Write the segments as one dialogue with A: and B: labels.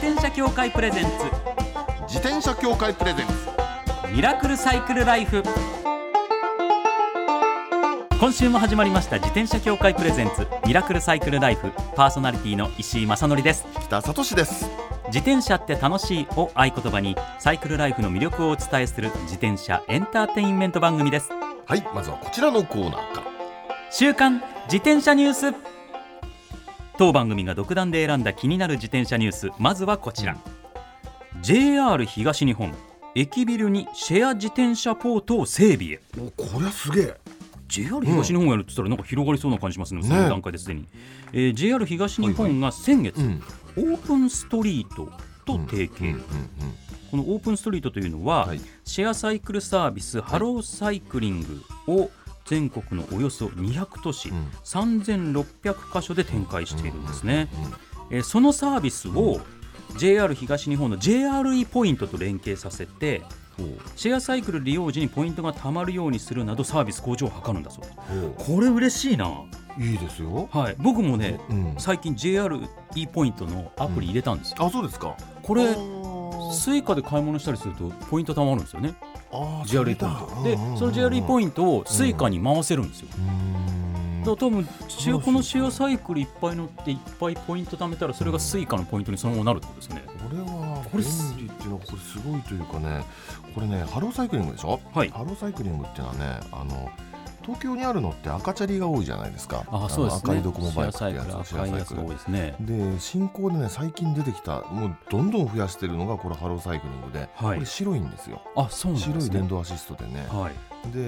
A: 転車協会プレゼンツ
B: 自転車協会プレゼンツ
A: ミラクルサイクルライフ今週も始まりました自転車協会プレゼンツミラクルサイクルライフパーソナリティの石井正則です
B: 北里志です
A: 自転車って楽しいを合言葉にサイクルライフの魅力をお伝えする自転車エンターテインメント番組です
B: はいまずはこちらのコーナーから
A: 週刊自転車ニュース当番組が独断で選んだ気になる自転車ニュースまずはこちら JR 東日本駅ビルにシェア自転車ポートを整備へ
B: おこりゃすげえ
A: JR 東日本がやるって言ったらなんか広がりそうな感じしますね、その段階ですでに、えー JR 東日本が先月、
B: うん
A: オープンストリートと提携、
B: うんうん
A: このオープンストリートというのは、
B: はい
A: シェアサイクルサービスハローサイクリングを全国のおよそ200都市、
B: ん
A: 3600箇所で展開しているんですね、えーそのサービスを JR 東日本の JRE ポイントと連携させて
B: ほ
A: シェアサイクル利用時にポイントが貯まるようにするなどサービス向上を図るんだそうです
B: うほ
A: これ嬉しいな、
B: ういいですよ
A: はい、僕もね、
B: うん
A: 最近 JRE ポイントのアプリ入れたんですよ、
B: あそうですか
A: こ
B: こ
A: れスイカで買い物したりするとポイント貯まるんですよね
B: あ
A: JRE ポイントでその JRE ポ
B: イン
A: イントをスイカに回せるんですよ、だから多分シェアこのシェアサイクルいっぱい乗っていっぱいポイント貯めたらそれがスイカのポイントにそのままなるってことですね
B: これは
A: これす
B: 便利っていうのはこれすごいというかねこれねハローサイクリングでしょ
A: はい
B: ハローサイクリングっていうのはねあの東京にあるのって赤チャリが多いじゃないですか
A: あ
B: の
A: そうですね
B: 赤いドコモバイクってやつ
A: シェアサイクル赤いやつ
B: シェアサイク
A: が
B: ル
A: 多いですね
B: で新興でね最近出てきたもうどんどん増やしてるのがこれハローサイクリングで、
A: はい
B: これ白いんですよ
A: あそうなんで
B: 白
A: す
B: い電
A: ね
B: 動アシストでね、
A: はい
B: で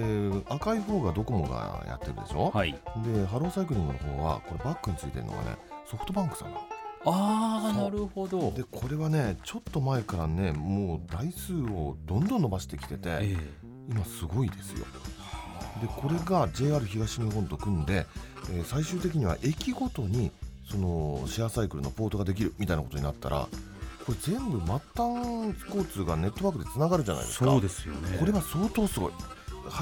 B: 赤い方がドコモがやってるでしょ、
A: はい
B: でハローサイクリングの方はこれバッグについてるのがねソフトバンクさんなの
A: ああ
B: そう
A: なるほど
B: でこれはねちょっと前からねもう台数をどんどん伸ばしてきてて、
A: え
B: 今すごいですよでこれが JR 東日本と組んで、えー最終的には駅ごとにそのシェアサイクルのポートができるみたいなことになったらこれ全部末端交通がネットワークでつながるじゃない
A: え
B: ですか
A: そうですよね
B: これは相当すごい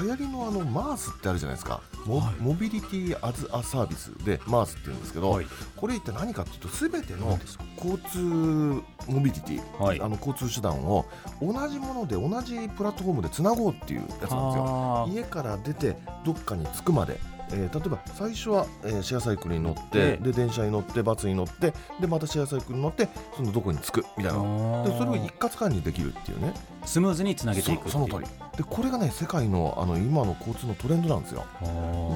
B: 流行りのあのマースってあるじゃないですかモ,、
A: はい
B: モビリティアズアサービスでマースって言うんですけど、
A: はい
B: これ一体何かっていうと全て
A: 何
B: の
A: ですか
B: 交通モビリティ
A: はい
B: あの交通手段を同じもので同じプラットフォームでつなごうっていうやつなんですよ。
A: あー
B: 家から出てどっかに着くまで、えー例えば最初は、えーシェアサイクルに乗っ
A: 乗
B: て
A: って
B: で電車に乗ってバスに乗ってでまたシェアサイクルに乗ってそのどこに着くみたい
A: あ
B: な
A: ー
B: でそれを一括管理できるっていうね
A: スムーズにつなげていく
B: そその通りでこれがね世界のあの今の交通のトレンドなんですよ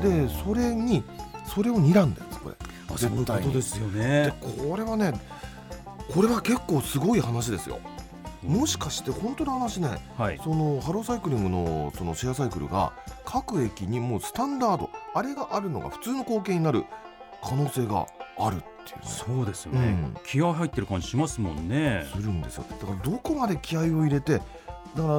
B: でそ
A: れ
B: れにそれを睨んでるんですこれ
A: あそういうこ
B: 絶対に
A: とですよ
B: で
A: ね
B: これはねこれは結構すごい話ですよもしかして本当の話ね
A: はい
B: そのハローサイクリングのそのシェアサイクルが各駅にもうスタンダードあれがあるのが普通の光景になる可能性があるっていうね
A: そうですよね、
B: うん
A: 気合入ってる感じしますもんね
B: するんですよだからどこまで気合を入れてだか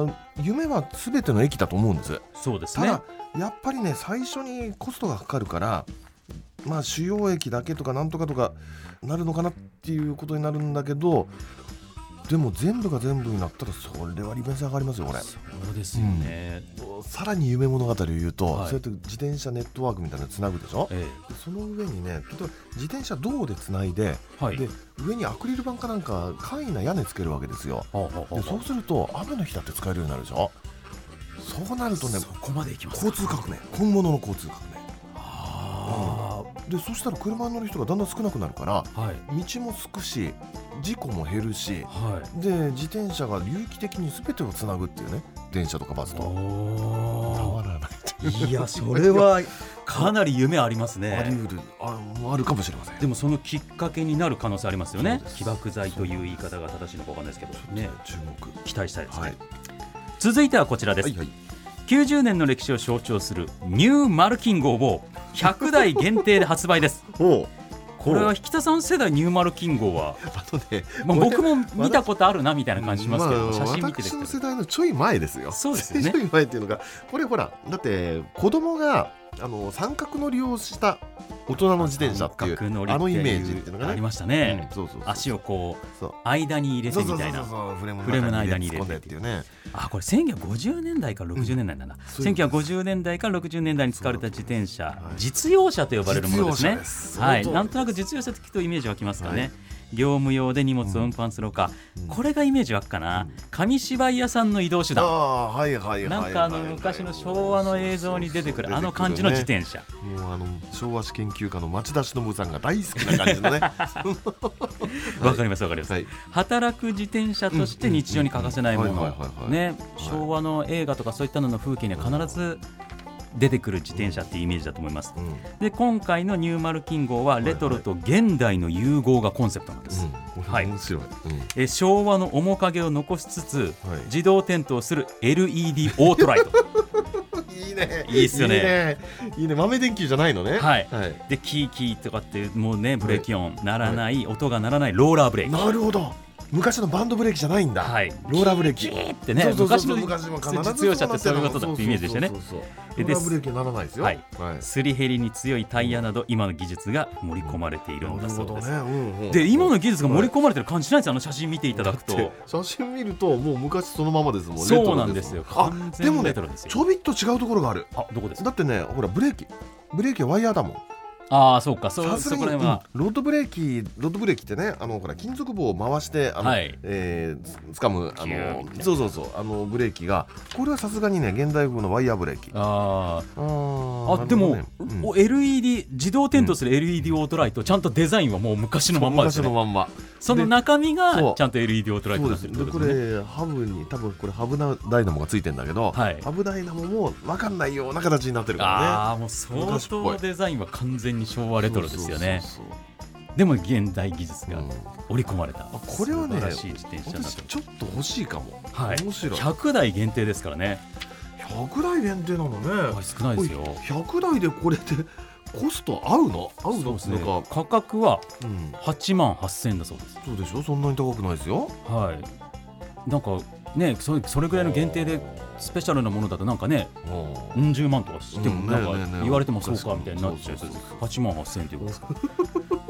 B: ら夢は全ての駅だと思うんです
A: そうです
B: た
A: ね
B: だやっぱりね最初にコストがかかるからまあ主要駅だけとかなんとかとかなるのかなっていうことになるんだけどでも全部が全部になったらそれは利便性上がりますよこれ
A: そうですよね、
B: さらに夢物語を言うと、
A: はい
B: そうやって自転車ネットワークみたいなのつなぐでしょ
A: え
B: でその上にね例えば自転車銅でつないで,、
A: えはい
B: で上にアクリル板かなんか簡易な屋根つけるわけですよ
A: あああああ
B: でそうすると雨の日だって使えるようになるでしょそうなるとね
A: そこまでいきます
B: 交通革命本物の交通革命
A: あ
B: でそしたら車に乗る人がだんだん少なくなるから
A: あはい
B: 道もすくし事故も減るし
A: はい
B: で自転車が有機的に全てをつなぐっていうね電車とかバスと
A: お
B: 変わ
A: ー
B: らない
A: い やそれはかなり夢あります
B: あり
A: ね
B: 得るあもうあるかもしれません
A: でもそのきっかけになる可能性ありますよね
B: そうです
A: 起爆剤という言い方が正しいのかわかんないですけどね
B: 注目
A: 期待したいですね、
B: はい
A: 続いてはこちらです、
B: はいはい
A: 90年の歴史を象徴するニューマルキン号を100台限定で発売です
B: おう
A: これは引田さん世代ニューマルキン号は、
B: あとね
A: まあ、
B: これ
A: 僕も見たことあるなみたいな感じしますけど、
B: まあ
A: 写真見てで
B: 私の
A: き
B: 世
A: た
B: 代のちょい前ですよ
A: そうですよね
B: ちょい前っていうのがこれほらだって子供があの三角乗りをした大人の自転車っていう
A: 三角乗り
B: あのイメージっていうのが
A: あ
B: ね
A: りました
B: う
A: ね
B: ん、そうそうそう
A: 足をこう
B: そう
A: 間に入れてみたいな
B: そうそうそうそうフレ
A: フレーム
B: ーム
A: の
B: の
A: 間
B: 間
A: に
B: に
A: 入れて
B: 入れ込んでっていうね
A: あこれ1950年代から60年代なんだ、
B: そういうこと
A: 1950年代から60年代に使われた自転車、
B: はい
A: 実用車と呼ばれるものですね
B: 実用車です
A: はい、
B: その通りです
A: なんとなく実用車って聞くとイメージ湧きますかね、
B: はい
A: 業務用で荷物を運搬するほか、
B: うん
A: これがイメージ湧くかな、紙芝居屋さんの移動手
B: あ
A: 段
B: あはいはいはいはい
A: な
B: はい
A: んかあの昔の昭和の映像に出てくるあの感じの自転車
B: もうあの昭和史研究家の町田忍さんが大好きな感じ のねは
A: わかりますわかります、
B: い
A: 働く自転車として日常に欠かせないも
B: うんうんうん
A: の
B: はいはいはいはい
A: ね昭和の映画とかそういったのの風景には必ず出てくる自転車っていうイメージだと思います
B: うんうん
A: で今回のニューマル金号はレトロと現代の融合がコンセプトなんです、はい
B: 面白い、うん
A: え昭和の面影を残しつつ、
B: はい
A: 自動点灯する LED オートライト
B: いいね。
A: いいっすよね
B: いいね。いいね豆電球じゃないのね。
A: はい
B: はい。
A: でキーキーとかっていうもうねブレーキ音鳴らない、音が鳴らないローラーブレーキ
B: なるほど。昔のバンドブレーキじゃないんだ。
A: はい
B: ローラーブレーキ。
A: ってね
B: そうそう
A: 昔
B: そう
A: の
B: 昔も必ず
A: 実用車ってそういうことだってイメージでしたね
B: そうそうそうそう
A: で
B: ローラーブレーキにならないですよ。
A: はい
B: はい。
A: すり減りに強いタイヤなど今の技術が盛り込まれているんだそうです、
B: なるほどねうんうん
A: で今の技術が盛り込まれてる感じしないんですよあの写真見ていただくと
B: だって写真見るともう昔そのままですもんね。
A: そうなんですよ
B: レトロ
A: 完
B: あ
A: 全
B: でも
A: レ
B: ね
A: トロですよ
B: ちょびっと違うところがある。
A: あどこですか
B: だってねほらブレーキブレーキはワイヤーだもん。
A: ああそうかそ
B: さ
A: う
B: す
A: そ
B: が
A: こ
B: に、
A: ら
B: うん、
A: 辺
B: ロ
A: は、
B: ードブレーキロードブレーキってねあのほら金属棒を回してあの、
A: はい
B: えーつ掴むあ
A: キュー
B: の
A: みたいな
B: そうそうそうあのブレーキがこれはさすがにね現代風のワイヤーブレーキあ
A: あー
B: ー
A: あでも、
B: なるほどねうん
A: お LED 自動点灯する LED オートライト、ちゃんとデザインはもう昔のまんまです
B: 昔
A: よね
B: のまんま
A: その中身
B: そ
A: が
B: う
A: ちゃんと LED オートライト
B: そ
A: に
B: う
A: なってるって
B: ですで
A: こ
B: こと
A: ですね
B: れハブに多分これハブなダイナモがついてんだけど、
A: はい
B: ハブダイナモもわかんないような形になってるからね
A: ああもう相
B: 昔っぽ
A: 当
B: い
A: デザインは完全に昭和レトロですよね
B: そうそうそう
A: でも現代技術
B: そう
A: が
B: うん
A: 織り込まれた、
B: あこれはね
A: 素晴らしい自転車になっ
B: 私
A: て
B: ちょっと欲しいかも、
A: ますはい
B: 面白い
A: 100台限定ですからね
B: 100台限定なのね、
A: はい少ないですよ
B: これ100台でこれって コスト合うの合う
A: そう
B: の
A: です
B: な
A: ね
B: んか、
A: 価格は
B: うん、
A: 8万8000円だそうです
B: そうでしょそんなに高くないですよ
A: はいなんかねそれそれぐらいの限定でスペシャルなものだとなんかね
B: あー
A: うん十万とかしても
B: うん
A: なん
B: ねえねえね
A: か
B: え
A: 言われてもそうかみたいになっちゃう
B: そうそうそう
A: 八万八千円ということですか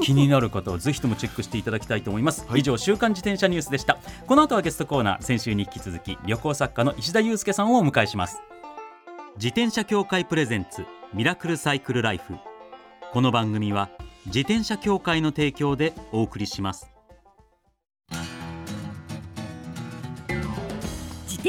A: 気になる方はぜひともチェックしていただきたいと思います、
B: はい
A: 以上週刊自転車ニュースでしたこの後はゲストコーナー先週に引き続き旅行作家の石田祐介さんをお迎えします自転車協会プレゼンツミラクルサイクルライフこの番組は自転車協会の提供でお送りします
C: 自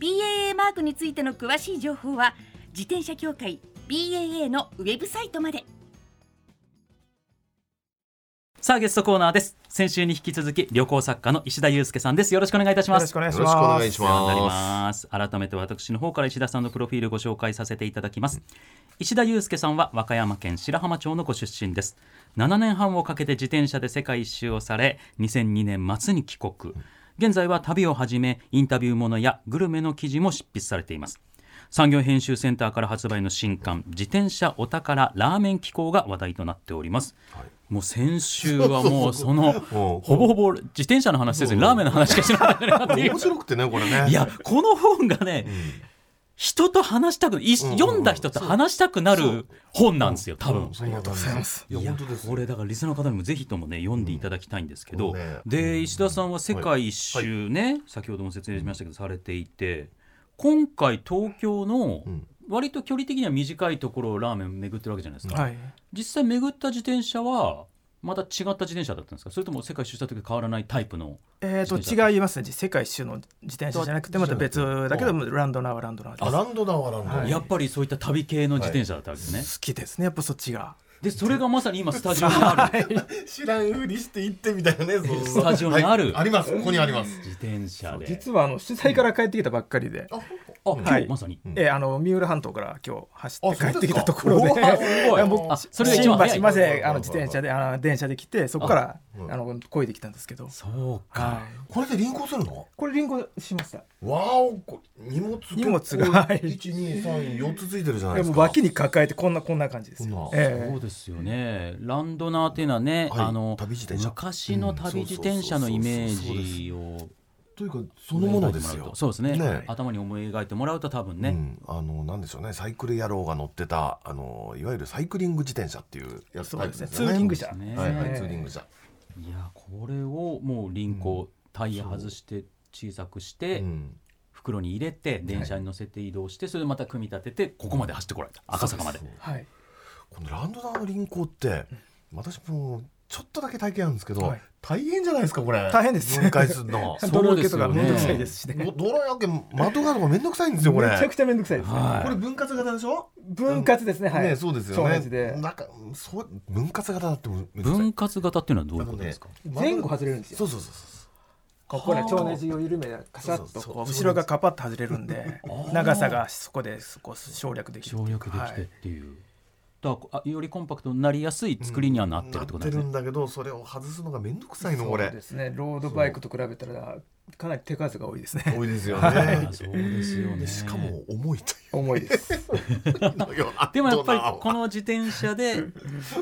C: BAA マークについての詳しい情報は自転車協会 BAA のウェブサイトまで
A: さあゲストコーナーです先週に引き続き旅行作家の石田祐介さんですよろしくお願いいたし
D: よ
A: ま
D: ろ
A: す
D: しくお願いし
B: よろ
D: ま
B: し
D: す。
B: くお願いし
A: お世話になり
B: ま
A: ます改めて私の方から石田さんのプロフィールご紹介させていただきます、石田祐介さんは和歌山県白浜町のご出身です7年半をかけて自転車で世界一周をされ2002年末に帰国現在は旅をはじめインタビューものやグルメの記事も執筆されています産業編集センターから発売の新刊「自転車お宝ラーメン機構」が話題となっております、もう先週はもうその ほぼほぼ自転車の話せずにラーメンの話しかしなかったなって
B: す
A: いう
B: 面白くてねこれね
A: いやこの本がね、人と話したくい
B: うんうん
A: 読んだ人と話したくなる本なんですよ多分。
B: そんな感じ
D: ありがとうございます
B: いや本当です
A: これだからリスナーの方にもぜひともね読んでいただきたいんですけど、
B: うんね
A: で石田さんは世界一周ね、先ほども説明しましたけどされていて今回東京の
B: ん
A: 割と距離的には短いところをラーメン巡ってるわけじゃないですか、
D: はい。
A: 実際巡った自転車はまた違った自転車だったんですかそれとも世界一周した時と変わらないタイプの
D: えっ、
A: 自転車
D: と違いますね。世界一周の自転車じゃなくてまた別だけどランドナーはランドナーで
B: あ
D: す。
B: ランドだわランドだ、
D: はい
A: やっぱりそういった旅系の自転車だったわけですね、
D: 好きですね。やっぱそっちが。
A: でそれがまさに今スタジオにある
B: 知らんふりして行ってみたいなねそう
A: スタジオにある
B: はいありますここにあります
A: 自転車で
D: 実はあの取材から帰ってきたばっかりで、
B: あ
A: あ今
D: は
A: 日
D: い
A: まさに
D: えーあの三浦半島から今日走って帰
B: あそうですか
D: ってきたところで
B: うわすごい
D: や僕
A: あそれが一
D: 新
A: 番早
D: 橋
A: い
D: まであの自転車であの電車で来てそこから
B: うん
D: あの漕いできたんですけど、
A: そう
D: は
A: か
D: い、
B: これで輪行するの
D: これリンゴしました
B: わおこ荷物結構
D: 荷物がはい
B: 一二三四つついてるじゃない
D: い
B: で
D: や
B: す
D: もう
B: か
D: 脇に抱えてこんなこんな感じですよ
B: こんな
D: え
A: そう
D: え
A: ですよねランドナーっていうのはね、
B: はい
A: あの
B: 旅自転車
A: 昔の旅自転車のイメージを
B: というかそのものです
A: 思い描いてもらう
B: よ
A: とそうですね
B: ね
A: 頭に思い描いてもらうと多分ね、
B: うん、あのなんでしょうねサイクル野郎が乗ってたあのいわゆるサイクリング自転車っていうやつ
D: そうですね
B: タイ
D: ツ
B: プ
D: ーリング
B: で
D: 車
A: ね
B: すよはいは
A: え
B: い
A: え
B: ツーリング車
A: いやこれをもう輪行、タイヤ外して小さくして、
B: うん
A: 袋に入れて電車に乗せて移動して、それでまた組み立ててここまで走ってこられた赤坂まで
B: そう
D: はい
B: このランドナーの輪行って私もちょっとだけ体験あるんですけど、
D: はい
B: 大変じゃないですかこれ
D: 大変です
B: 分解する の
A: そうですよね
D: ドル受けとかめんどくさいですしね
B: ど泥やけ窓がとかめんどくさいんですよこれ
D: めちゃくちゃめんどくさいですね、
A: はい
B: これ分割型でしょ
D: 分割ですねはい、
B: ねそうですよね
D: そう同じで
B: なんかそう分割型だってもめんどくさい
A: 分割型っていうのはどういうことですか、
B: あのね
D: 前後外れるんですよ
B: そうそうそうそう
D: ここね超ネジを緩めカシャッ
B: そ
D: と
B: うそうそ
D: こ
B: う
D: う後ろがカパッと外れるん で長さがそこでこう省略できる
A: 省略できてっ
D: はい
A: ていう、だからあよりコンパクトになりやすい作りにはなってるってこと
B: な
A: で
B: って
A: す
B: る
A: ね、
B: んだけどそれを外すのがめんどくさいのこ
D: そう
B: れ
D: ですねロードバイクと比べたらかなり手数が多いですね
B: 多いですよ
A: あ
B: ね
A: そうですよね
B: でしかも重いとい
D: 重いです
B: うのよ
A: でもやっぱりこの自転車で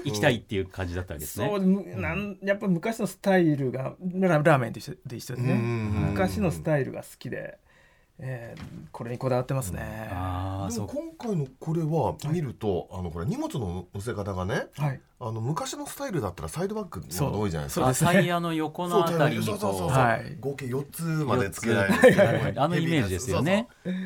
A: 行きたいっていう感じだったわけですね
D: そうむなんやっぱ昔のスタイルがララーメンと一緒で一緒ですね
B: うん
D: 昔のスタイルが好きで、えーこれにこだわってますね、
A: ああ
B: で
A: そ
B: も
A: うか
B: 今回のこれは見ると、あのこれ荷物の乗せ方がね
D: はい
B: あの昔のスタイルだったらサイドバッグの方が多いじゃないです
D: そう
B: か。
A: あ
D: ですね
A: タイヤの横のあたりに
B: そうそうそうそう、
A: こう
D: はい
B: 合計4つまでつけない
A: 四つはいあのイメージですよね。
B: そうそ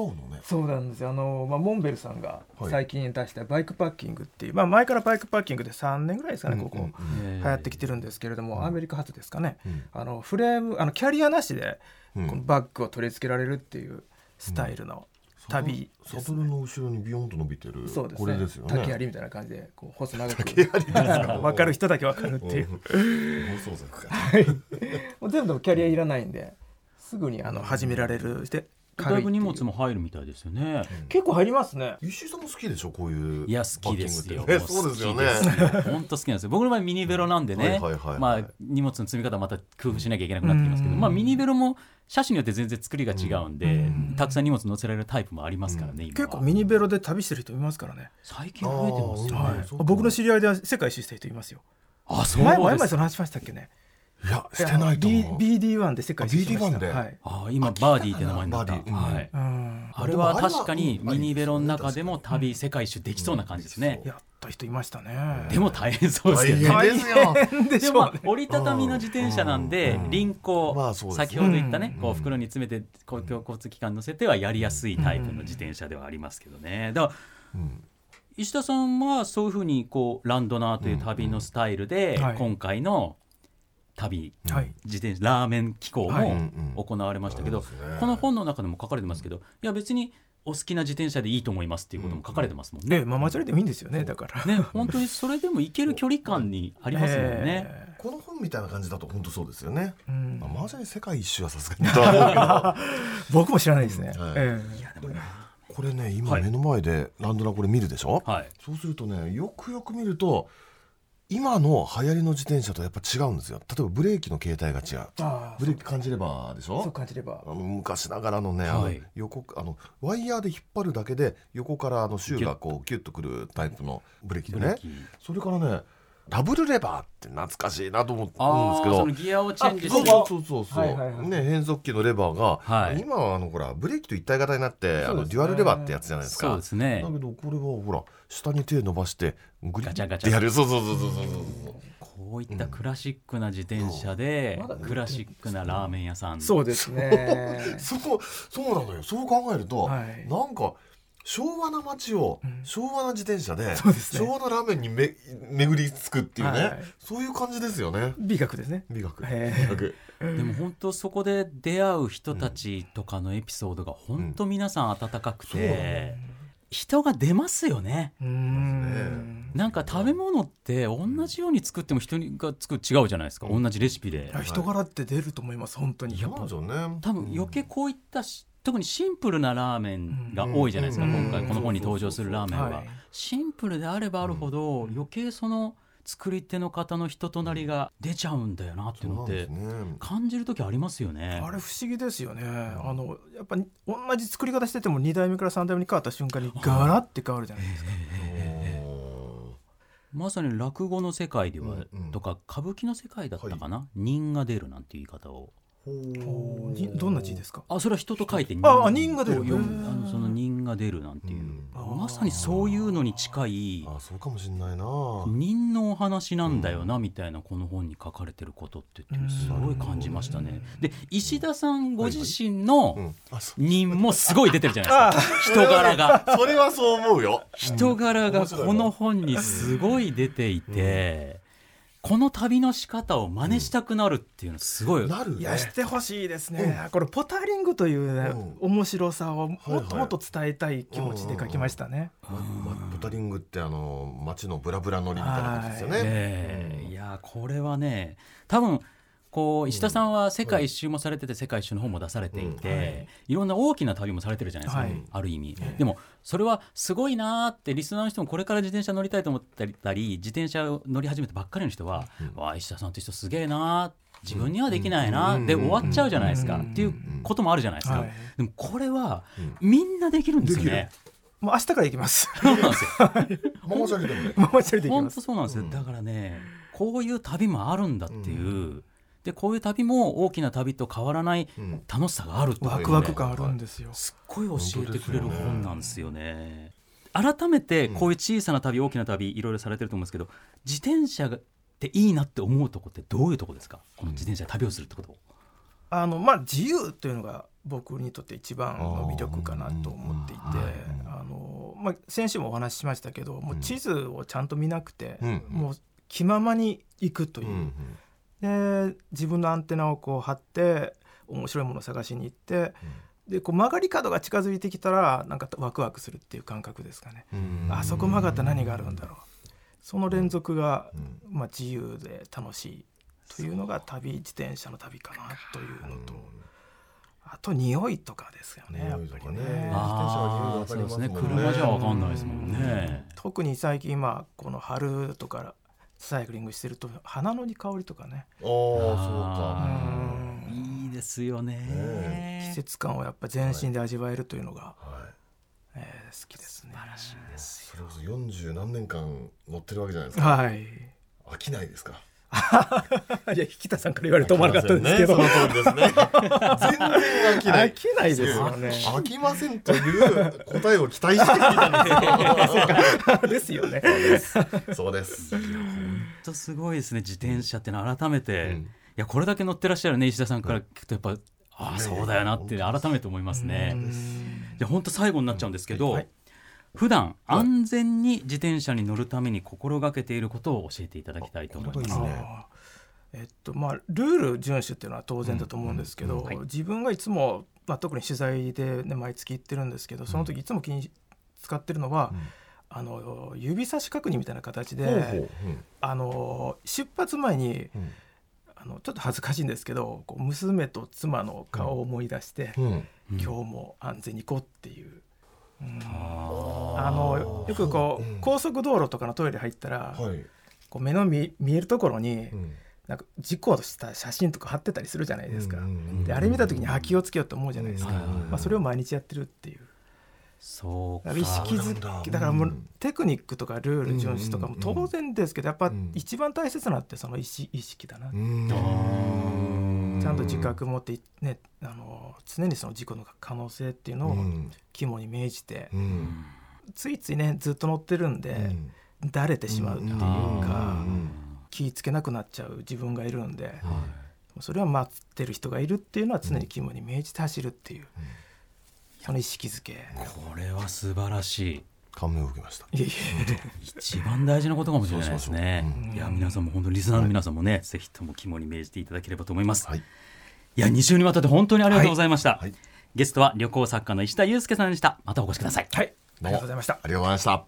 B: うこれ違うのね。
D: そうなんですよあの、まあ、モンベルさんが
B: はい
D: 最近出したバイクパッキングっていう、まあ、前からバイクパッキングで3年ぐらいですかねここ、
B: うんうん
A: え
D: 流
A: ー
D: 行ってきてるんですけれども、アメリカ発ですかね、
B: うん
D: あのフレームあのキャリアなしで
B: うん
D: このバッグを取り付けられるっていうスタイルの旅
B: サ
D: です
B: ド
D: ね、
B: ルの後ろにビヨンと伸びてる。
D: そうです
B: こ
D: ね
B: れですよね。
D: 竹槍みたいな感じでこう細長く
B: 竹槍です か
D: 分かる人だけ分かるっていう
B: うん放送作か。
D: もう全部でもキャリアいらないんですぐにあの始められるして軽
A: だ
D: い
A: い
D: っ
A: ぶ
D: てう
A: 荷物も入るみたいですよね。
D: 結構入りますね
B: 石井さんも好きでしょこういう。
A: いや好きですよ。
B: パッキングってね
A: も
B: そうですよね。
A: 本当好きなんですよ。僕の場合ミニベロなんで
B: はい
A: ね
B: はいはいは、い
A: まあ荷物の積み方また工夫しなきゃいけなくなってきますけど、
D: うん
A: まあミニベロも車種によって全然作りが違うんで、たくさん荷物乗せられるタイプもありますからね。今
D: 結
A: は
D: 構ミニベロで旅してる人いますからね、
A: 最近増えてますよ
B: あ
A: ね
B: ー。そうか
D: 僕の知り合いでは世界一周した人いますよ
A: あそう
D: 前も前
A: で
D: 々
A: す
D: そ。の話しましたっけね
B: いやしてないと思う。
D: B- BD1 で世界一周しました
B: BD1 で
D: はい、
A: あー今バーディーって名前になった。
B: バーディーうん
A: はい。
D: うん
A: あれは確かにミニベロの中でも旅世界一周できそうな感じですね。
D: やった人いましたね
A: でも大変そうです
B: 大
A: けどね。
B: 変です
A: で
B: よ。
D: でし
A: も
D: ょ
A: まあ折りたたみの自転車なんで
B: うん
A: 輪行、
B: まあそうですね
A: 先ほど言ったね、
B: うん
A: こう袋に詰めて公共交通機関に乗せてはやりやすいタイプの自転車ではありますけどね。だから
B: うん
A: 石田さんはそういうふうにこうランドナーという旅のスタイルで、
D: うんはい
A: 今回の旅
D: はい
A: 自転車ラーメン機構
D: はい
A: も行われましたけど、
B: そうですね
A: この本の中でも書かれてますけどいや別にお好きな自転車でいいと思いますっていうことも書かれてますもんね。
D: ねまあマチャリでもいいんですよねだから
A: ね本当にそれでも行ける距離感にありますもんね。
D: え
B: この本みたいな感じだと本当そうですよね。
D: えうん
B: まあ、マージャに世界一周はさすがにとは思う
D: 僕も知らないですね、
B: うんはい
D: ええ
B: けどこれね今
A: はい
B: 目の前でランドナーこれ見るでしょ、
A: はい
B: そうするとねよくよく見ると今の流行りの自転車とやっぱ違うんですよ例えばブレーキの形態が違う
D: ああ
B: ブレーキ感じればでし
D: そう
B: ょ
D: 感じれば
B: あの昔ながらのね、あ
A: は
B: の
A: い
B: 横あのワイヤーで引っ張るだけで横からあのシューがこうキュッとくるタイプのブレーキで
A: ブレ
B: ね
A: ーキ
B: それからねダブルレバーって懐かしいなと思うん
A: あ
B: です
A: あ
B: けど
A: そのギアをチェンジ
B: そ
A: し
B: う
A: て
B: そうそうそうそう、
D: はいはいはい
B: ね変速機のレバーが、
A: はい
B: 今はあのほらブレーキと一体型になって、あ
D: そうですね
B: のデュアルレバーってやつじゃないですか
A: そうですね
B: だけどこれはほら下に手伸ばしてグリ
A: ガチャガ
B: ッ
A: チャ
B: てやるそうそうそうそうそうそう
A: こういったクラシックな自転車で、
D: うん
A: クラシックなラーメン屋さん
D: そうです ね
B: そこそうなのよそう考えると、
D: はい
B: なんか昭和な街を
D: うん
B: 昭和な自転車で,、
D: そうですね
B: 昭和のラーメンにめ巡りつくっていうね、
D: はい
B: そういう感じですよね
D: 美学ですね
B: 美学
D: へ
B: 美学
A: でも本当そこで出会う人たちとかのエピソードが本当皆さん温かくて、人が出ますよね
D: うーん
A: なんか食べ物って同じように作っても人が作る違うじゃないですか、
B: うん
A: 同じレシピで
D: いや人柄って出ると思います本当に
B: やっぱそうですよね
A: 多分余計こういったし特にシンプルなラーメンが多いじゃないですか、
D: うん
A: 今回この本に登場するラーメンは、
D: はい
A: シンプルであればあるほど余計その作り手の方の人となりが出ちゃうんだよなっていう
B: そ
A: の
B: うなん
A: って
B: ですね
A: 感じる時ありますよね
D: あれ不思議ですよね、あのやっぱり同じ作り方してても2代目から3代目に変わった瞬間にガラッて変わるじゃないですか、
A: まさに落語の世界では、
B: うんうん
A: とか歌舞伎の世界だったかな「人、が出る」なんて言い方を
D: おーにどんな字ですすか
A: あそれは人と書いて
D: ああ人が出る
A: と読む
D: へー
A: あのその人が出るなんていう、
D: うん
A: まさにそういうのに近い
B: あそうかもしれないな
A: 人のお話なんだよなみたいなこの本に書かれてることってってすごい感じましたね。で石田さんご自身
B: う
A: の
B: んあそ
A: 人もすごい出てるじゃないですか人柄が。
B: それはそう思うよ
A: 人柄が
B: 面白いわ
A: この本にすごい出ていて、この旅の仕方を真似したくなるっていうのすごい、
B: なる
D: い
B: ね
D: やしてほしいですね、これポタリングという、ね
B: う
D: 面白さをも
B: はい
D: っともっと伝えたい気持ちで書きましたね、
B: ままポタリングってあの街のブラブラ乗りみたいなことですよね
A: ええいやこれはね多分こう石田さんは世界一周もされてて世界一周の本も出されていて、
B: う
A: い、
B: ん
A: ろんな大きな旅もされてるじゃないですか、
D: はい
A: ある意味、でもそれはすごいなーってリスナーの人もこれから自転車乗りたいと思ったり自転車を乗り始めたばっかりの人は、わあ石田さんって人すげえなー自分にはできないなーで終わっちゃうじゃないですか、
D: うん
A: っていうこともあるじゃないですか、
D: はい
A: でもこれはみんなできるんですよね。
D: もう明日から行きます
A: そうなんですよ
B: ママチャリでもね
D: ママチャリで行き
A: 本
D: ま
A: 当
D: す
A: そうなんですよ、
B: うん
A: だからねこういう旅もあるんだっていう、でこういう旅も大きな旅と変わらない
B: うん
A: 楽しさがあると
D: ワクワク感あるんですよ、
A: すっごい教えてくれる本なんですよね。改めてこういう小さな旅、大きな旅いろいろされてると思うんですけど自転車っていいなって思うとこってどういうとこですかこの自転車で旅をするってことを
D: あのまあ自由というのが僕にとって一番の魅力かなと思っていて
B: あ
D: あの、まあ、先週もお話ししましたけどもう地図をちゃんと見なくて、
B: うん
D: もう気ままに行くという、で自分のアンテナをこう張って面白いものを探しに行ってでこう曲がり角が近づいてきたらなんかワクワクするっていう感覚ですかね。あそこ曲がったら何があるんだろうその連続が、
B: うん
D: まあ、自由で楽しいというのが旅自転車の旅かなというのとあと匂いとかですよねやっぱり
B: 匂いとか
D: ね
B: ね。あー
A: そうですね
B: 自転車は自由で
A: 車
B: 分かりますもんね
A: じゃ分かんないですもんね。
D: 特に最近まあこの春とかサイクリングしてると花の香りとかね
B: ああそうか
D: うん
A: いいですよね
B: ね
D: 季節感をやっぱ全身で味わえるというのが、
B: はい
D: えー好きですね。
B: それこそ四十何年間乗ってるわけじゃないですか
D: はい。
B: 飽きないですか
D: いや、引田さんから言われて思わなかったんですけど。
B: その通りですね全然飽きない
D: 飽きないですよね。
B: 飽きませんという答えを期待して聞いたんで
D: ですよね。
B: すよ。そうです。そうです。
A: 本当すごいですね自転車ってのは改めて、
B: うん
A: いやこれだけ乗ってらっしゃるね石田さんから聞くとやっぱ、ああそうだよなって改めて思いますね。じゃあ本当最後になっちゃうんですけど、
D: はい
A: 普段安全に自転車に乗るために心がけていることを教えていただきたいと思います。
B: あこれがいいですね
D: あーえっとまあ、ルール遵守っていうのは当然だと思うんですけど、自分がいつも、まあ、特に取材で、ね、毎月行ってるんですけどその時いつも気に使ってるのは、あの指差し確認みたいな形で、
B: ほうほう。うん
D: あの出発前に
B: うん
D: あのちょっと恥ずかしいんですけどこう娘と妻の顔を思い出して、
B: うん
A: うん
D: 今日も安全に行こうっていう、うん
A: あ
D: あのよくこう、
B: うん
D: 高速道路とかのトイレ入ったら、
B: はい。
D: こう目の見見えるところに、
B: うん
D: なんか事故した写真とか貼ってたりするじゃないですか、
B: うんうん
D: であれ見た時にあ気をつけようと思うじゃないですか、
A: うん
D: まあ、それを毎日やってるっていう
A: そう
D: だ
A: か
D: から意識
B: そうなん
D: づ
B: だ
D: きだからも
B: う
D: うんテクニックとかルール遵守とかも
B: うんうんうん
D: 当然ですけどやっぱ
B: うん
D: 一番大切なのってその意識意識だな、
B: うん
D: ちゃんと自覚持って、ね、あの常にその事故の可能性っていうの
B: う
D: を
B: ん
D: 肝に銘じて
B: う、ん
D: ついついねずっと乗ってるんで、
B: うん
D: だれてしまうっていう
A: あ
D: か、
A: ー
B: うん
D: 気ぃつけなくなっちゃう自分がいるんで、
B: は
D: それは待ってる人がいるっていうのは常に肝に銘じて走るっていう、その意識づけ、い
A: これは素晴らしい
B: 感銘を受けました。
D: えいえ
A: 一番大事なことかもしれないですね
B: そう。
A: いや皆さんも本当にリスナーの皆さんもね、ぜひとも肝に銘じていただければと思います。
B: はい
A: い、や2週にわたって本当にありがとうございました。
B: はいはい
A: ゲストは旅行作家の石田祐介さんでした。またお越しください。
D: はいありがとうございました
B: ありがとうございました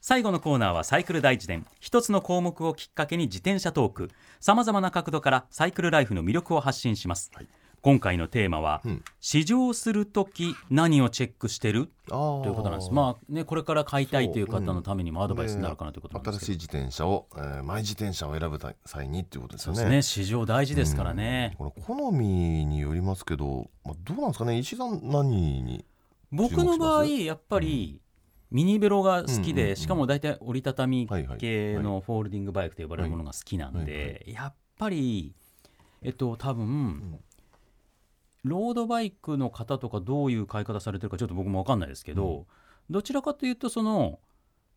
A: 最後のコーナーはサイクル大辞典一つの項目をきっかけに自転車トークさまざまな角度からサイクルライフの魅力を発信します、
B: はい
A: 今回のテーマは、
B: うん
A: 試乗するとき何をチェックしてる
B: あー
A: ということなんですまあねこれから買いたいという方
B: そうう
A: の
B: ん
A: ためにもアドバイスになるかなということなんです
B: 新
A: け
B: しい
A: ど、
B: 自転車を、えー、マイ自転車を選ぶ際にっていうことです
A: そう
B: よね
A: ですね試乗大事ですからね、
B: うんこの好みによりますけど、まあ、どうなんですかね石井さん何に
A: 僕の場合やっぱり、ミニベロが好きで、
B: うんうんうん
A: しかも大体折りたたみ
B: はいはい
A: 系のフォールディングバイクと呼ばれるものが好きなんで、
B: はいはいは
A: やっぱりえっと多分、
B: ん
A: ロードバイクの方とかどういう買い方されてるかちょっと僕も分かんないですけど、どちらかというとその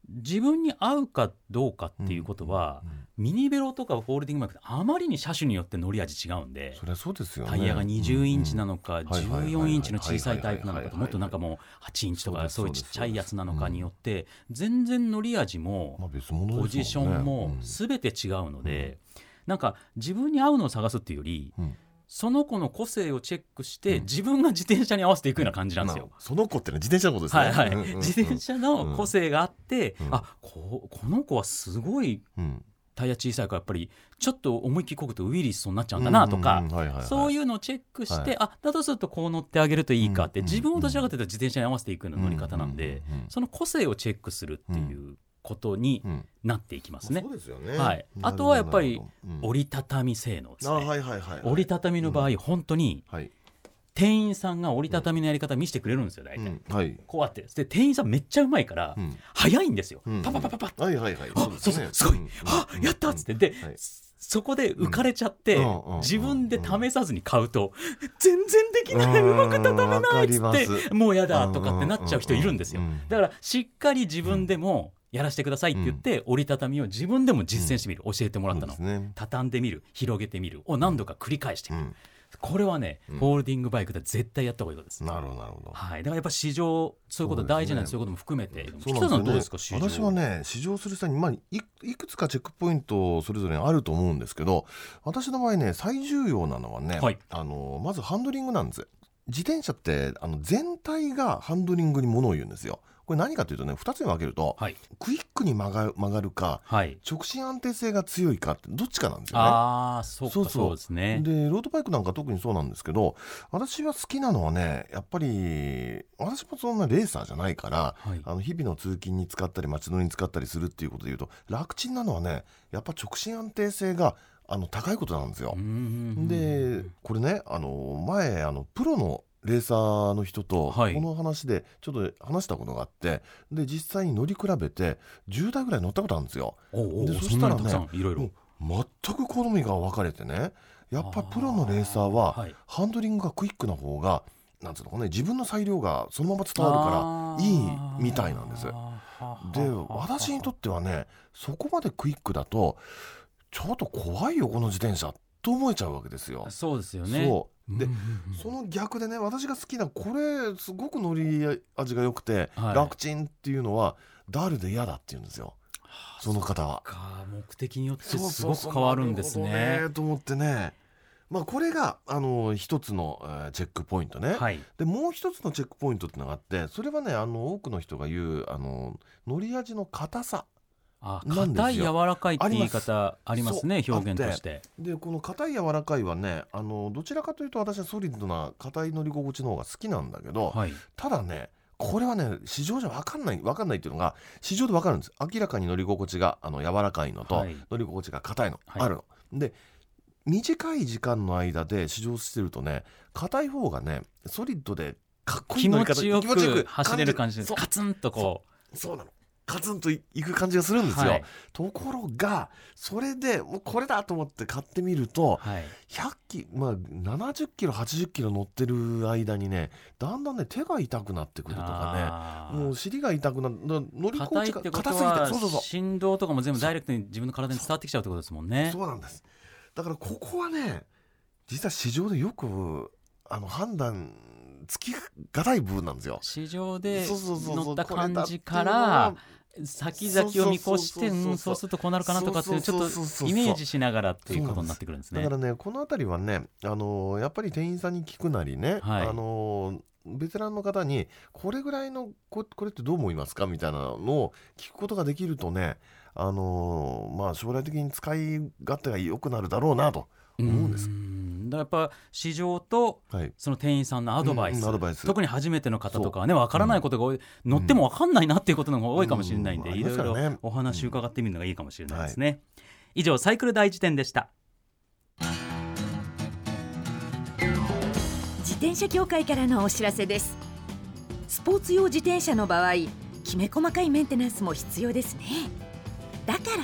A: 自分に合うかどうかっていうことは、ミニベロとかフォールディングバイクってあまりに車種によって乗り味違うんで。
B: そりゃそうですよね
A: タイヤが20インチなのか
B: んはいはいはいは
A: 14
B: い
A: インチの小さいタイプなの
B: はい
A: かと
B: はいはいはい
A: もっとなんかもう8インチと
B: そう
A: か
B: です
A: そういう
B: そ
A: ち
B: うで
A: っ
B: す
A: ちゃいやつなのかによって全然乗り味
B: まあ
A: も
B: 別物ですもんね
A: ポジションも全て違うのでなんか自分に合うのを探すっていうより
B: うんうん
A: その子の個性をチェックし
B: う
A: て
B: ん
A: 自分が自転車に合わせていくような感じなんですよ
B: ま。あその子ってね自転車のことですね
A: はいはい、
B: うんうんうん
A: 自転車の個性があって、
B: うん
A: あここの子はすごい
B: うん
A: タイヤ小さいからやっぱりちょっと思いっきりこぐとウィリスになっちゃうんだなとか、
B: うんうんはいはいはい
A: そういうのをチェックして、
B: はい
A: あだとするとこう乗ってあげるといいかって、
B: うん
A: 自分をどちらかというと自転車に合わせていくような乗り方なんで、
B: うんうんうん
A: その個性をチェックするっていうことに
B: うん
A: なっていきますね
B: まあそ。うですよね
A: はい
B: なるほど
A: あとはやっぱり
B: なるほどうん
A: 折りたたみ性能です
B: あ
A: ね、
B: はいはいはい
A: 折りたたみの場合、本当に
B: はい
A: 店員さんが折りたたみのやり方見せてくれるんですよ大体、
B: うんはい
A: こうやってで店員さんめっちゃうまいから、
B: うん
A: 早いんですよ、
B: うん
A: パパパパパッ
B: はいはいはい
A: あそう
B: で
A: そう
B: ね
A: すごい、
B: うん
A: あ
B: うん
A: やったっつってで、
B: はい
A: そこで浮かれちゃって、
B: うんうんうん
A: 自分で試さずに買うと、全然できないうまく畳めないっつ
B: うんわかりま
A: っ
B: す
A: てもうやだとかってなっちゃう人いるんですよ
B: うんうんうんうん
A: だからしっかり自分でもやらせてくださいって言って、折りたたみを自分でも実践してみる教えてもらったの、
B: そうですね
A: 畳んでみる広げてみるを何度か繰り返してみる、
B: うん
A: これはね、
B: うん
A: ホールディングバイクでは絶対やった方がいいことです
B: なるほどなるほど
A: はい、だからやっぱ市場そういうこと大事なんでそ
B: そ
A: ういうこ
B: ですね
A: とも含めて
B: そう
A: 北
B: な
A: 田
B: ん
A: さんはどうですか
B: です
A: 市
B: よ
A: 場
B: ね、私はね試乗する際に、まあ、いいくつかチェックポイントそれぞれにあると思うんですけど私の場合ね最重要なのはね、
A: はい
B: あのまずハンドリングなんです自転車ってあの全体がハンドリングにものを言うんですよこれ何かというとね2つに分けると、
A: はい
B: クイックに曲が曲がるか
A: はい
B: 直進安定性が強いかってどっちかなんですよね。
A: ああそうか
B: そ
A: そうう
B: そう
A: ですね
B: でロードバイクなんか特にそうなんですけど私は好きなのはねやっぱり私もそんなレーサーじゃないから、
A: はい
B: あの日々の通勤に使ったり街乗りに使ったりするっていうことでいうと楽ちんなのはねやっぱ直進安定性があの高いことなんですよ
A: う。ん
B: でこれねあの前あのプロのレーサーの人とこ
A: はい
B: の話でちょっと話したことがあって、で実際に乗り比べて10台ぐらい乗ったことあるんですよ。
A: おうおう
B: でそ
A: そ
B: し
A: ん
B: た
A: な
B: ら
A: に
B: ね
A: たくさんいろいろ
B: もう全く好みが分かれてねやっぱプロのレーサー
A: あー
B: は
A: はい
B: ハンドリングがクイックな方がなんつうのかね自分の裁量がそのまま伝わるからいいみたいなんです。で私にと
A: っ
B: ってはねそこまでクイックだとちょっと怖いよこの自転車と思えちゃうわけですよ。
A: そうですよね
B: そうで、
A: うんうんうん
B: その逆でね私が好きなこれすごく乗り味が良くて、
A: はい
B: 楽ちんっていうのはダルで嫌だって言うんですよその方は。
A: か目的によって
B: そう
A: す
B: そう
A: ご
B: そ
A: く
B: う
A: 変わるんです
B: なるほ
A: ね
B: どねと思ってねまあこれがあの一つのえーチェックポイントね。
A: はい
B: でもう一つのチェックポイントってのがあってそれはねあの多くの人が言うあの乗り味の硬さ。
A: あ
B: なんで
A: 硬
B: す
A: い
B: よ
A: 柔らかいって言い方ありますね
B: そう
A: 表現として
B: でこの硬い柔らかいはねあのどちらかというと私はソリッドな硬い乗り心地の方が好きなんだけど、
A: はい
B: ただねこれはね市場じゃ分かんない分かんないっていうのが市場で分かるんです明らかに乗り心地があの柔らかいのと、
A: はい
B: 乗り心地が硬いの、
A: はい
B: あるの。で短い時間の間で試乗してるとね硬い方がねソリッドでかっこいい
A: 気
B: 乗り
A: 持
B: 方
A: ちよ
B: 気持ち
A: く走れる感じです
B: そう
A: カツンとこ
B: そうなのカツンといいく感じがするん
A: う
B: ですよ、
A: はい
B: ところがそれでもうこれだと思って買ってみると
A: はい
B: 100キまあ70キロ80キロ乗ってる間にねだんだんね手が痛くなってくるとかね
A: あー
B: もう尻が痛くなる乗り心
A: 硬い
B: 地
A: っ
B: が
A: てこと
B: 硬すぎて
A: は
B: そうそうそう
A: 振動とかも全部ダイレクトに自分の体に伝わってきちゃうってことですもんね
B: そうなんですだからここはね実は市場でよくあの判断つきがたい部分なんですよ
A: 市場で
B: そうそうそうそう
A: 乗った
B: これだ
A: 感
B: っ
A: じ
B: ていうの
A: か
B: は
A: ら先々を見越して
B: そうそうそうそう
A: うんそうするとこうなるかなとかっていうち
B: そう
A: ょ
B: そう
A: っと
B: そうそう
A: イメージしながらっていうことになってくるんです
B: だ
A: ね
B: からねこの辺りはね、あのーやっぱり店員さんに聞くなりね、
A: はい
B: あのーベテランの方にこれぐらいのここれってどう思いますかみたいなのを聞くことができるとね、あのーまあ、将来的に使い勝手が良くなるだろうなと思うんです。
A: うんだからやっぱ市場と
B: はい、
A: その店員さんのアドバイ
B: うん
A: ス,、
B: うんアドバイス
A: 特に初めての方とかはね分からないことが多い、乗っても分かんないなっていうことの方が多いかもしれないんで、
B: うん
A: いろい
B: ありますから
A: ろ
B: ね
A: お話伺ってみるのがいいかもしれないですね、以上サイクル大辞典でした
C: 自転車協会からのお知らせですスポーツ用自転車の場合きめ細かいメンテナンスも必要ですねだから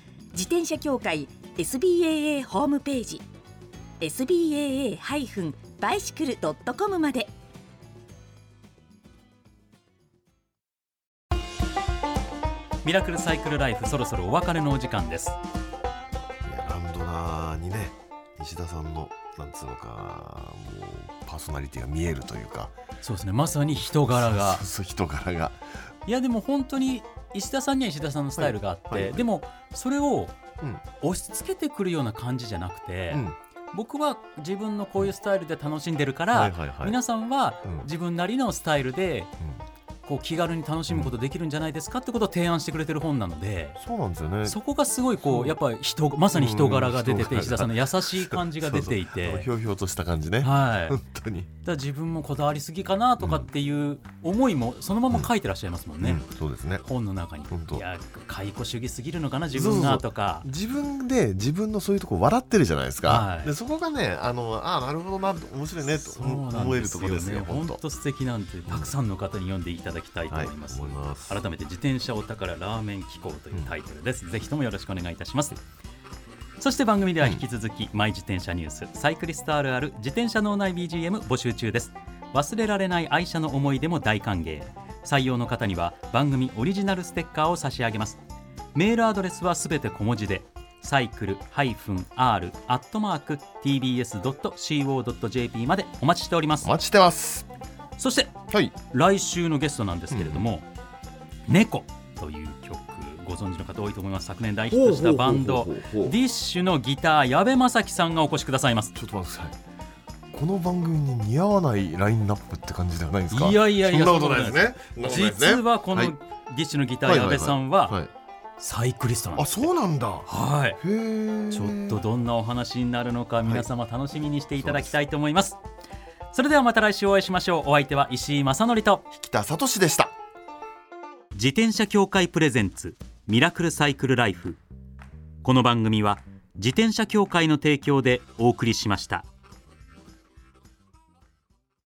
C: 自転車協会 SBAA ホームページ SBAA-bicycle.com まで
A: ミラクルサイクルライフそろそろお別れのお時間です
B: いやランドナーにね石田さんのなんつうのかもうパーソナリティが見えるというか
A: そうですねまさに人柄が
B: そうそう人柄が
A: いやでも本当に石田さんには石田さんのスタイルがあって、
B: はいはい
A: でもそれを
B: うん
A: 押し付けてくるような感じじゃなくて、
B: うん
A: 僕は自分のこういうスタイルで楽しんでるから、
B: はいはいはい
A: 皆さんは
B: うん
A: 自分なりのスタイルで
B: うん
A: こう気軽に楽しむことできるんじゃないですかってことを提案してくれてる本なので。
B: そうなんですよね
A: そこがすごいこ
B: そう
A: うやっぱり人まさに人柄が出て
B: う
A: て
B: ん
A: 石田さんの優しい感じが出てい
B: そうそうあの
A: て
B: ひょうひょうとした感じね
A: はい
B: 本当に
A: だから自分もこだわりすぎかなとかっていう思いもそのまま書いてらっしゃいますもんね、
B: うんそうですね
A: 本の中に
B: 本当
A: いや解雇主義すぎるのかな自分がとか
B: 自分で自分のそういうとこ笑ってるじゃないですか、
A: はい
B: でそこがねあのあーなるほどな面白いねと
A: そうなん
B: 思えるところですよ
A: 本
B: 本
A: 当
B: 当
A: 素敵なんでたくさんの方に読んでいただきたいと思います、
B: はい思います
A: 改めて自転車お宝ラーメン機構というタイトルです、ぜひともよろしくお願いいたしますそして番組では引き続き、マイ自転車ニュースサイクリストあるある自転車脳内 BGM 募集中です忘れられない愛車の思い出も大歓迎採用の方には番組オリジナルステッカーを差し上げますメールアドレスはすべて小文字でサイクル -r-tbs.co.jp までお待ちしております
B: お待ちしてます
A: そして
B: はい
A: 来週のゲストなんですけれども「猫」という曲ご存知の方多いと思います昨年大ヒットしたバンド
B: ほうほうほうほうほう
A: ディッシュのギター矢部正樹さんがお越しくださいます
B: ちょっと待ってくださいこの番組に似合わないラインナップって感じではないんですか
A: いやいやいや
B: そんなことないですね
A: 実はこの
B: い
A: ディッシュのギター矢部さん
B: い
A: はいサイクリストなん
B: あ
A: です
B: そうなんだへ
A: はい
B: え
A: ちょっとどんなお話になるのか皆様楽しみにしていただきたいと思いますそれではまた来週お会いしましょうお相手は石井正則と
B: 北聡でした
A: 自転車協会プレゼンツミラクルサイクルライフこの番組は自転車協会の提供でお送りしました。